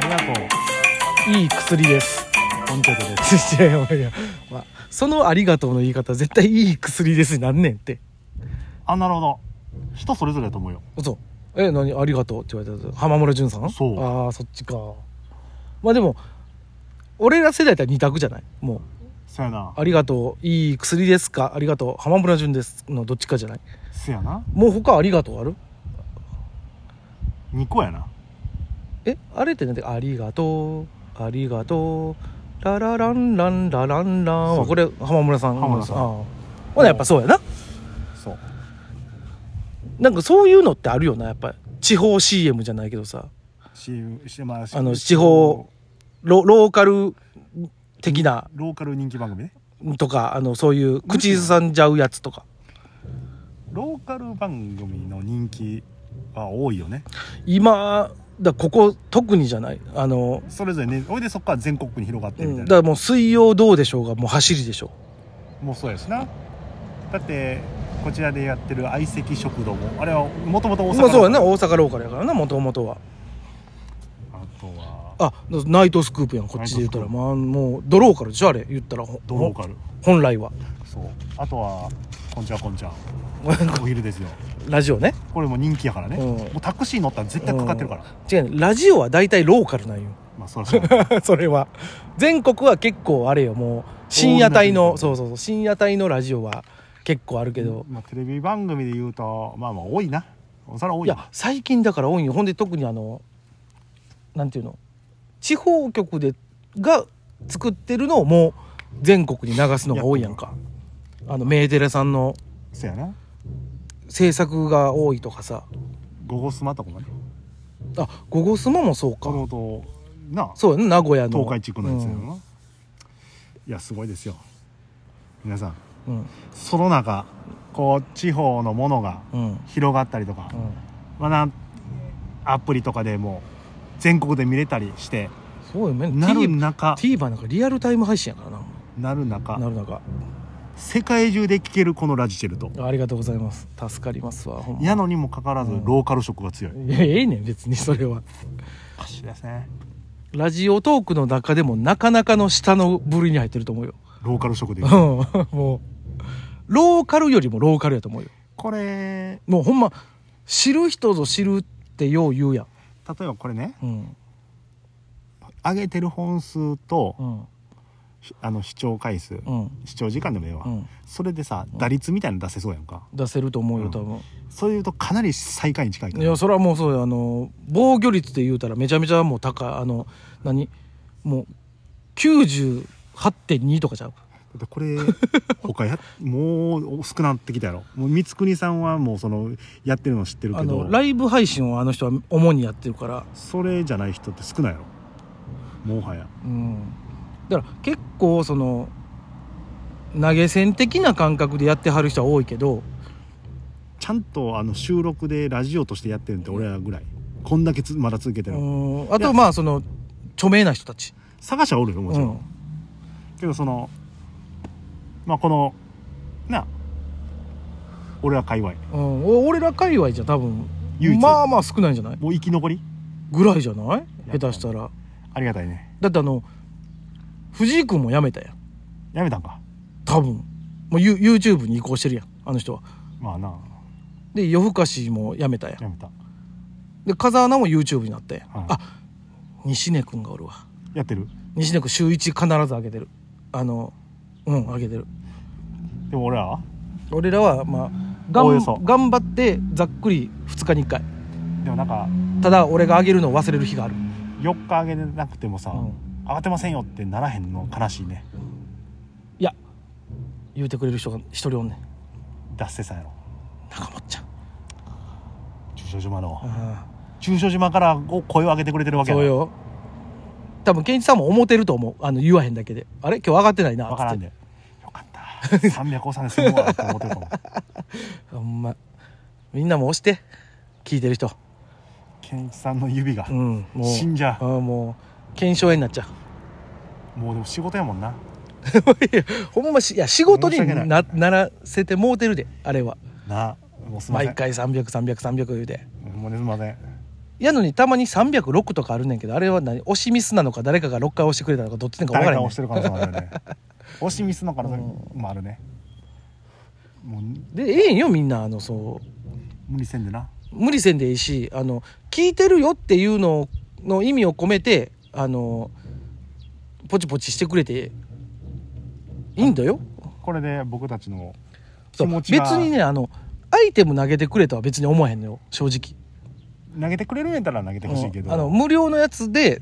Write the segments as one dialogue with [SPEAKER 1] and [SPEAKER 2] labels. [SPEAKER 1] きなこ
[SPEAKER 2] いい薬です。
[SPEAKER 1] コンチェルトです
[SPEAKER 2] いやいやいや、まあ、そのありがとうの言い方、絶対いい薬ですになんねんって。
[SPEAKER 1] あなるほど人それぞれだと思うよ
[SPEAKER 2] そう。え、何ありがとうって言われたやつ浜村淳さん
[SPEAKER 1] そう
[SPEAKER 2] ああ、そっちか。まあでも、俺ら世代だったら二択じゃないもう、
[SPEAKER 1] そやな
[SPEAKER 2] ありがとう、いい薬ですかありがとう、浜村淳ですのどっちかじゃない
[SPEAKER 1] そやな
[SPEAKER 2] もう他ありがとうある
[SPEAKER 1] 2個やな
[SPEAKER 2] え、あれってなんで、ありがとう、ありがとう、ララランランラランラン
[SPEAKER 1] そ
[SPEAKER 2] は、
[SPEAKER 1] う
[SPEAKER 2] これ浜村さん。
[SPEAKER 1] 浜村さん
[SPEAKER 2] ああほなやっぱそうやな。
[SPEAKER 1] そう
[SPEAKER 2] なんかそういうのってあるよなやっぱ地方 CM じゃないけどさ
[SPEAKER 1] CM してます
[SPEAKER 2] あの地方ロローカル的な
[SPEAKER 1] ローカル人気番組ね
[SPEAKER 2] とかあのそういう口ずさんじゃうやつとか
[SPEAKER 1] ローカル番組の人気は多いよね
[SPEAKER 2] 今だここ特にじゃないあの、
[SPEAKER 1] それぞれねおいでそこから全国に広がって
[SPEAKER 2] う
[SPEAKER 1] み
[SPEAKER 2] ん
[SPEAKER 1] たい
[SPEAKER 2] だか
[SPEAKER 1] な、
[SPEAKER 2] らもう「水曜どうでしょう」がもう走りでしょ
[SPEAKER 1] もうそうやしなだってこちらでやってる相席食堂もあれはもともと大阪
[SPEAKER 2] まあそうや
[SPEAKER 1] な
[SPEAKER 2] な大阪ローカルやからなもともとは
[SPEAKER 1] あとは
[SPEAKER 2] あナイトスクープやんこっちで言ったら
[SPEAKER 1] ナイ
[SPEAKER 2] まあもうドローカルでしょあれ言ったらほ
[SPEAKER 1] ドローカル
[SPEAKER 2] 本来は
[SPEAKER 1] そうあとはこんちはこんちゃんお昼ですよ
[SPEAKER 2] ラジオね
[SPEAKER 1] これも人気やからね、
[SPEAKER 2] うん
[SPEAKER 1] もうタクシー乗ったら絶対かかってるから、
[SPEAKER 2] 違うねラジオは大体ローカルなんよ
[SPEAKER 1] まあそらそう
[SPEAKER 2] それは全国は結構あれよもう深夜帯
[SPEAKER 1] オールナイト
[SPEAKER 2] のそうそうそう深夜帯のラジオは結構あ るけど、
[SPEAKER 1] まあテレビ番組で言うとまあまあ多いなそれはい多いな
[SPEAKER 2] や最近だから多いよほんで特にあのなんていうの地方局でが作ってるのをもう全国に流すのが多いやんかあのメーテレさんの
[SPEAKER 1] そやな
[SPEAKER 2] 制作が多いとかさ
[SPEAKER 1] 「ゴゴスマ」とかもね
[SPEAKER 2] あゴゴスマもそう
[SPEAKER 1] こ
[SPEAKER 2] か
[SPEAKER 1] のとなあ
[SPEAKER 2] そうやな名古屋の
[SPEAKER 1] 東海地区のやつやろ
[SPEAKER 2] うん
[SPEAKER 1] な、いやすごいですよ皆さん
[SPEAKER 2] うん
[SPEAKER 1] その中こう地方のものが
[SPEAKER 2] うん
[SPEAKER 1] 広がったりとか、
[SPEAKER 2] うん
[SPEAKER 1] まあなんアプリとかでも全国で見れたりして
[SPEAKER 2] そうよね
[SPEAKER 1] なる
[SPEAKER 2] T-
[SPEAKER 1] 中
[SPEAKER 2] TVer なんかリアルタイム配信やから
[SPEAKER 1] なる
[SPEAKER 2] なな
[SPEAKER 1] 中
[SPEAKER 2] る中
[SPEAKER 1] 世界中で聴けるこのラジチェルト
[SPEAKER 2] ありがとうございます。助かりますわ。ほんま
[SPEAKER 1] やのにもかかわらず
[SPEAKER 2] うん
[SPEAKER 1] ローカル色が強い、
[SPEAKER 2] いや、ええねん、別にそれは。
[SPEAKER 1] おかしいですね
[SPEAKER 2] ラジオトークの中でもなかなかの下の部類に入ってると思うよ。
[SPEAKER 1] ローカル色で
[SPEAKER 2] うん、 もう。ローカルよりもローカルやと思うよ。
[SPEAKER 1] これ
[SPEAKER 2] もうほんま、知る人ぞ知るってよう言うやん。
[SPEAKER 1] 例えばこれね
[SPEAKER 2] うん。
[SPEAKER 1] 上げてる本数と、
[SPEAKER 2] うん。
[SPEAKER 1] ひあの視聴回数、
[SPEAKER 2] うん。
[SPEAKER 1] 視聴時間でもええわ、
[SPEAKER 2] うん。
[SPEAKER 1] それでさ打率みたいなの出せそうやんか
[SPEAKER 2] 出せると思うよ、多分。
[SPEAKER 1] そういうとかなり最下位に近いか
[SPEAKER 2] い
[SPEAKER 1] ら
[SPEAKER 2] や、それはもうそうよ。あの、防御率で言うたらめちゃめちゃもう高い。あの、何もう、98.2とかちゃう
[SPEAKER 1] だってこれ 他やもう少なってきたやろもう光國さんはもうそのやってるの知ってる
[SPEAKER 2] あ
[SPEAKER 1] けど
[SPEAKER 2] の、ライブ配信をあの人は主にやってるから。
[SPEAKER 1] それじゃない人って少ないやろもはや
[SPEAKER 2] うん、だから結構その投げ銭的な感覚でやってはる人は多いけど
[SPEAKER 1] ちゃんとあの収録でラジオとしてやってるんって俺らぐらいこんだけつまだ続けて
[SPEAKER 2] う
[SPEAKER 1] るの、
[SPEAKER 2] んあとまあその著名な人たち
[SPEAKER 1] 探しはおるよもちろん、
[SPEAKER 2] うん
[SPEAKER 1] けどそのまあこのな俺ら界隈
[SPEAKER 2] うんお俺ら界隈じゃ多分
[SPEAKER 1] 唯一
[SPEAKER 2] まあまあ少ないんじゃない
[SPEAKER 1] もう生き残り
[SPEAKER 2] ぐらいじゃない
[SPEAKER 1] や
[SPEAKER 2] 下手したら
[SPEAKER 1] ありがたいね
[SPEAKER 2] だってあの藤井君も辞めたやん
[SPEAKER 1] やめたんか
[SPEAKER 2] 多分もうユ YouTube に移行してるやんあの人は
[SPEAKER 1] まあな
[SPEAKER 2] で夜更かしも辞めたやん
[SPEAKER 1] やめた
[SPEAKER 2] で風穴も YouTube になったやん、
[SPEAKER 1] はい
[SPEAKER 2] あ西根君がおるわ
[SPEAKER 1] やってる
[SPEAKER 2] 西根君週1必ず上げてるあのうん上げてる
[SPEAKER 1] でも俺らは
[SPEAKER 2] 俺らはまあが
[SPEAKER 1] おお
[SPEAKER 2] ん
[SPEAKER 1] よそ
[SPEAKER 2] 頑張ってざっくり2日に1回
[SPEAKER 1] でもなんか
[SPEAKER 2] ただ俺が上げるのを忘れる日がある、
[SPEAKER 1] 4日あげてなくてもさ、
[SPEAKER 2] うん
[SPEAKER 1] 慌てませんよってならへんの悲しいね
[SPEAKER 2] いや言うてくれる人が1人おんねん
[SPEAKER 1] 脱せさんやろ
[SPEAKER 2] 中本ちゃん
[SPEAKER 1] 駐車島の、
[SPEAKER 2] あ
[SPEAKER 1] 駐車島からお声を上げてくれてるわ
[SPEAKER 2] あ
[SPEAKER 1] けや
[SPEAKER 2] そうよ多分健一さんも思ってると思うあの言わへんだけであれ今日上がってないな
[SPEAKER 1] 分からん
[SPEAKER 2] つっ
[SPEAKER 1] でよかった300おさ んで済むわって思ってると思う
[SPEAKER 2] てほんまみんなも押して聞いてる人
[SPEAKER 1] 健一さんの指が、
[SPEAKER 2] うんもう
[SPEAKER 1] 死んじゃう
[SPEAKER 2] ああもう検証炎になっちゃう
[SPEAKER 1] もうでも仕事やもんない
[SPEAKER 2] や ほんましいや仕事に
[SPEAKER 1] 申し訳
[SPEAKER 2] なならせてもうてるであれは
[SPEAKER 1] なもうすいません
[SPEAKER 2] 毎回300300300300言うて
[SPEAKER 1] ほんまにすいません
[SPEAKER 2] やのにたまに306とかあるねんけどあれは何押しミスなのか誰かが6回押してくれたのかどっちなのか分か
[SPEAKER 1] 誰
[SPEAKER 2] ら
[SPEAKER 1] か
[SPEAKER 2] へん、
[SPEAKER 1] 押してる可能性もある よね押しミスの可能性もあるねもう
[SPEAKER 2] でええんよみんなあのそう
[SPEAKER 1] 無理せんでな
[SPEAKER 2] 無理せんでいいしあの聞いてるよっていうのの意味を込めてあのポチポチしてくれていいんだよ
[SPEAKER 1] これで僕たちの
[SPEAKER 2] そ
[SPEAKER 1] 気
[SPEAKER 2] う
[SPEAKER 1] 持
[SPEAKER 2] 別
[SPEAKER 1] ちが
[SPEAKER 2] にねあのアイテム投げてくれとは別に思わへんのよ正直
[SPEAKER 1] 投げてくれるんやったら投げてほしいけど、
[SPEAKER 2] うんあの無料のやつで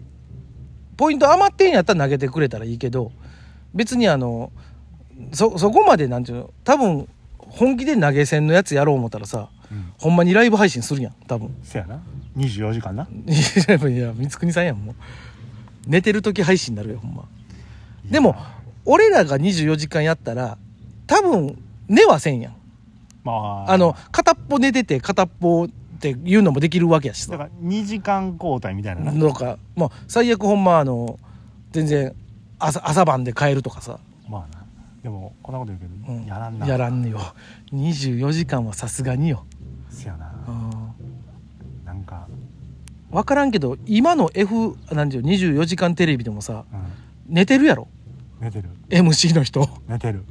[SPEAKER 2] ポイント余ってんやったら投げてくれたらいいけど別にあのそそこまでなんていうの多分本気で投げ銭のやつやろう思ったらさ
[SPEAKER 1] うん
[SPEAKER 2] ほんまにライブ配信するやん多分
[SPEAKER 1] せやな24時間ない
[SPEAKER 2] やいや光圀さんやんもう寝てる時配信になるよほんまでも俺らが24時間やったら多分寝はせんやん
[SPEAKER 1] まあ
[SPEAKER 2] あの片っぽ寝てて片っぽっていうのもできるわけやし
[SPEAKER 1] だか
[SPEAKER 2] さ
[SPEAKER 1] ら2時間交代みたいなな、
[SPEAKER 2] なんかまあ最悪ほんまあの全然朝朝晩で帰るとかさ、
[SPEAKER 1] まあなでもこんなこと言うけ
[SPEAKER 2] う
[SPEAKER 1] ど、
[SPEAKER 2] ん
[SPEAKER 1] やらんな
[SPEAKER 2] やらんよ24時間はさすがによ、
[SPEAKER 1] せやな
[SPEAKER 2] うん
[SPEAKER 1] なんか、
[SPEAKER 2] 分からんけど今の F 何ていう24時間テレビでもさ
[SPEAKER 1] うん、
[SPEAKER 2] 寝てるやろ
[SPEAKER 1] 寝てる
[SPEAKER 2] MC の人
[SPEAKER 1] 寝てる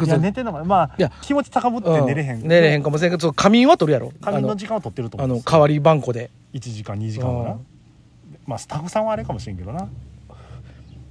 [SPEAKER 1] いや寝てんのかなまあ
[SPEAKER 2] いや
[SPEAKER 1] 気持ち高ぶって寝れへん、
[SPEAKER 2] う寝れへんかもしれんけどそう仮眠は取るやろ
[SPEAKER 1] 仮眠の時間を取ってると思う
[SPEAKER 2] あ
[SPEAKER 1] ん
[SPEAKER 2] の
[SPEAKER 1] で
[SPEAKER 2] あの
[SPEAKER 1] すよ
[SPEAKER 2] 代わり番こで
[SPEAKER 1] 1時間2時間か
[SPEAKER 2] う
[SPEAKER 1] なんまあスタッフさんはあれかもしれんけどな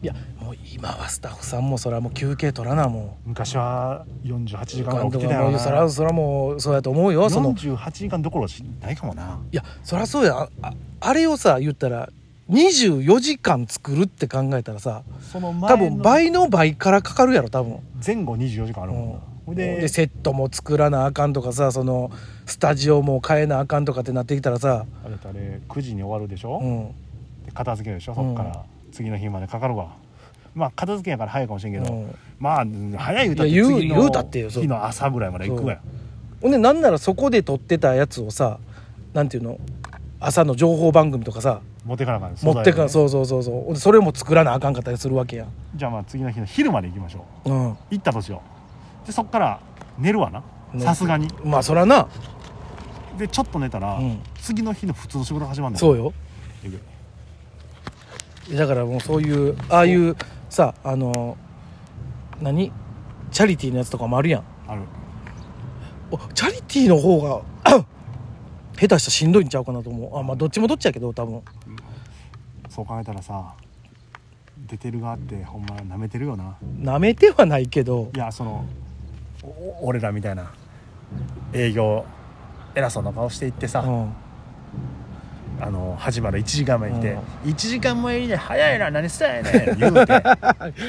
[SPEAKER 1] い
[SPEAKER 2] やもう今はスタッフさんもそれはもう休憩取らなも
[SPEAKER 1] 昔は48
[SPEAKER 2] う
[SPEAKER 1] 時間が起きてた
[SPEAKER 2] も
[SPEAKER 1] よ
[SPEAKER 2] う
[SPEAKER 1] な
[SPEAKER 2] そらそらもうそうやと思うよその
[SPEAKER 1] 48時間どころじゃないかもない
[SPEAKER 2] やそらそうやあああれをさ言ったら24時間作るって考えたらさ
[SPEAKER 1] その前の
[SPEAKER 2] 多分倍の倍からかかるやろ多分
[SPEAKER 1] 前後24時間あるもんなほいで
[SPEAKER 2] でセットも作らなあかんとかさそのスタジオも変えなあかんとかってなってきたらさ、
[SPEAKER 1] あれとあれ9時に終わるでしょ、
[SPEAKER 2] うん、
[SPEAKER 1] で片付けるでしょそっから次の日までかかるわまあ片付けやから早いかもしれんけど、
[SPEAKER 2] うん
[SPEAKER 1] まあうん早い歌って
[SPEAKER 2] いや言う
[SPEAKER 1] 次の
[SPEAKER 2] 言うたってよそう
[SPEAKER 1] 日の朝ぐらいまで行くわよ
[SPEAKER 2] ほんでなんならそこで撮ってたやつをさなんていうの朝の情報番組とかさ
[SPEAKER 1] 持ってかなあかん
[SPEAKER 2] 持ってか
[SPEAKER 1] 素材をね
[SPEAKER 2] そうそうそうそうほんでそれも作らなあかんかったりするわけや
[SPEAKER 1] じゃあまあ次の日の昼まで行きましょ
[SPEAKER 2] うん
[SPEAKER 1] う行ったとしようでそっから寝るわな
[SPEAKER 2] ね
[SPEAKER 1] さすがに
[SPEAKER 2] まあそらな
[SPEAKER 1] でちょっと寝たら、
[SPEAKER 2] うん
[SPEAKER 1] 次の日の普通の仕事が始まるの
[SPEAKER 2] そうよ
[SPEAKER 1] えぐい
[SPEAKER 2] だからもうそういうああいうさあの何チャリティーのやつとかもあるやん
[SPEAKER 1] ある
[SPEAKER 2] おチャリティーの方が 下手したらしんどいんちゃうかなと思うあまあどっちもどっちやけど多分
[SPEAKER 1] そう考えたらさ出てる側ってほんま舐めてるよな
[SPEAKER 2] なめてはないけど
[SPEAKER 1] いやそのおお俺らみたいな営業偉そうな顔していってさ、
[SPEAKER 2] うん
[SPEAKER 1] あの始まる1時間前にいて
[SPEAKER 2] うん
[SPEAKER 1] 「1時間前にね早いな何したい ねん」言うて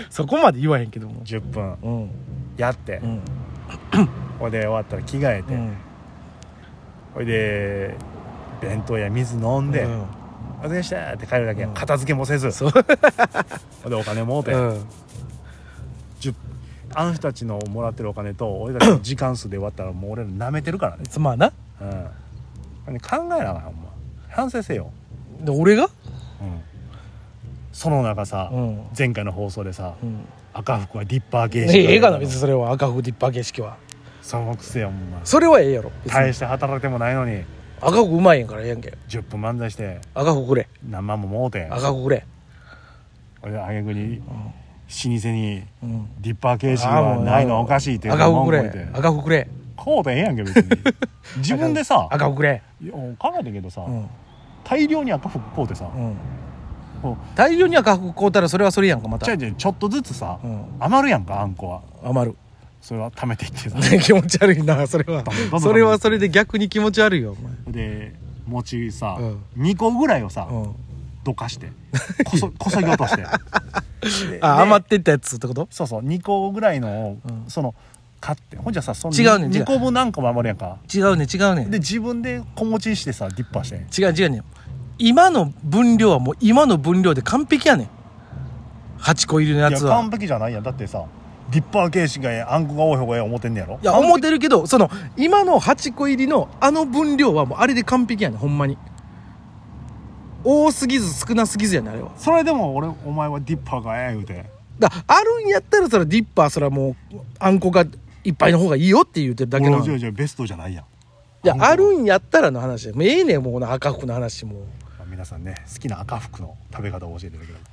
[SPEAKER 2] そこまで言わへんけども
[SPEAKER 1] 10分
[SPEAKER 2] うん
[SPEAKER 1] やって
[SPEAKER 2] うん
[SPEAKER 1] ほいで終わったら着替え
[SPEAKER 2] う
[SPEAKER 1] て
[SPEAKER 2] ん
[SPEAKER 1] ほいで弁当や水飲んで
[SPEAKER 2] うん
[SPEAKER 1] 「お疲れっした」って帰るだけや
[SPEAKER 2] うん
[SPEAKER 1] 片付けもせず
[SPEAKER 2] そう
[SPEAKER 1] ほいでお金もうて
[SPEAKER 2] うん
[SPEAKER 1] 10あの人たちのもらってるお金と俺たちの時間数で割ったらもう俺ら舐めてるからね
[SPEAKER 2] つまあな
[SPEAKER 1] うんほんで考えなあかんほんま反省せよ
[SPEAKER 2] で俺が
[SPEAKER 1] うんその中さ
[SPEAKER 2] うん
[SPEAKER 1] 前回の放送でさ
[SPEAKER 2] うん
[SPEAKER 1] 赤服はリッパー
[SPEAKER 2] え
[SPEAKER 1] 芸
[SPEAKER 2] ええがな別に
[SPEAKER 1] に
[SPEAKER 2] それは赤服立派形式は
[SPEAKER 1] そのくせよほんま
[SPEAKER 2] それはええやろ別に
[SPEAKER 1] 大して働いてもないのに
[SPEAKER 2] 赤服うまいんやからええやんけ
[SPEAKER 1] 10分漫才して
[SPEAKER 2] 赤服くれ
[SPEAKER 1] 何万ももうて
[SPEAKER 2] 赤服くれ
[SPEAKER 1] 俺あげくに老舗に
[SPEAKER 2] うん
[SPEAKER 1] ディッパー形式はないのはおかしいっていう
[SPEAKER 2] 赤服
[SPEAKER 1] 文
[SPEAKER 2] く
[SPEAKER 1] 句言う
[SPEAKER 2] れ
[SPEAKER 1] て
[SPEAKER 2] 赤服くれ
[SPEAKER 1] こうでええやんけ別に自分でさ
[SPEAKER 2] 赤服くれ
[SPEAKER 1] いや考えてんけどさ
[SPEAKER 2] うん
[SPEAKER 1] 大量に赤服こうてさ
[SPEAKER 2] うん
[SPEAKER 1] こ
[SPEAKER 2] 大量に赤服買うたらそれはそれやんかま
[SPEAKER 1] う
[SPEAKER 2] た
[SPEAKER 1] ちょいちょいちょっとずつさ
[SPEAKER 2] うん
[SPEAKER 1] 余るやんかあんこは
[SPEAKER 2] 余る
[SPEAKER 1] それは貯めていってさ
[SPEAKER 2] 気持ち悪いなそれは
[SPEAKER 1] どんどんどんどん
[SPEAKER 2] それはそれで逆に気持ち悪いよお前
[SPEAKER 1] で餅さ
[SPEAKER 2] うん
[SPEAKER 1] 2個ぐらいをさ
[SPEAKER 2] うん
[SPEAKER 1] どかしてこ そこそぎ落としてで
[SPEAKER 2] あ
[SPEAKER 1] で
[SPEAKER 2] 余ってったやつってこと
[SPEAKER 1] そうそう2個ぐらいのを、
[SPEAKER 2] うん
[SPEAKER 1] その買ってほんじゃさその
[SPEAKER 2] 違うねん違う
[SPEAKER 1] 2個分なんかも余るやんか
[SPEAKER 2] 違うね違うね
[SPEAKER 1] で自分で小持ちしてさディッパーしてん
[SPEAKER 2] 違う違うね今の分量はもう今の分量で完璧やねん8個入りのや
[SPEAKER 1] いや
[SPEAKER 2] つは
[SPEAKER 1] 完璧じゃないやんだってさディッパー形式がええあんこが多い方がええ思ってんねやろ
[SPEAKER 2] いや思ってるけどその今の8個入りのあの分量はもうあれで完璧やねんほんまに多すぎず少なすぎずやねんあれは
[SPEAKER 1] それでも俺お前はディッパーがええ言うて
[SPEAKER 2] だあるんやったらそれはディッパーそれはもうあんこがいっぱいの方がいいよって言うてるだけ
[SPEAKER 1] 俺
[SPEAKER 2] な
[SPEAKER 1] は
[SPEAKER 2] の
[SPEAKER 1] じゃあじゃあベストじゃないやん
[SPEAKER 2] いやあるんやったらの話もうええねんもうこの赤服の話も
[SPEAKER 1] 皆さんね好きな赤服の食べ方を教えていただければ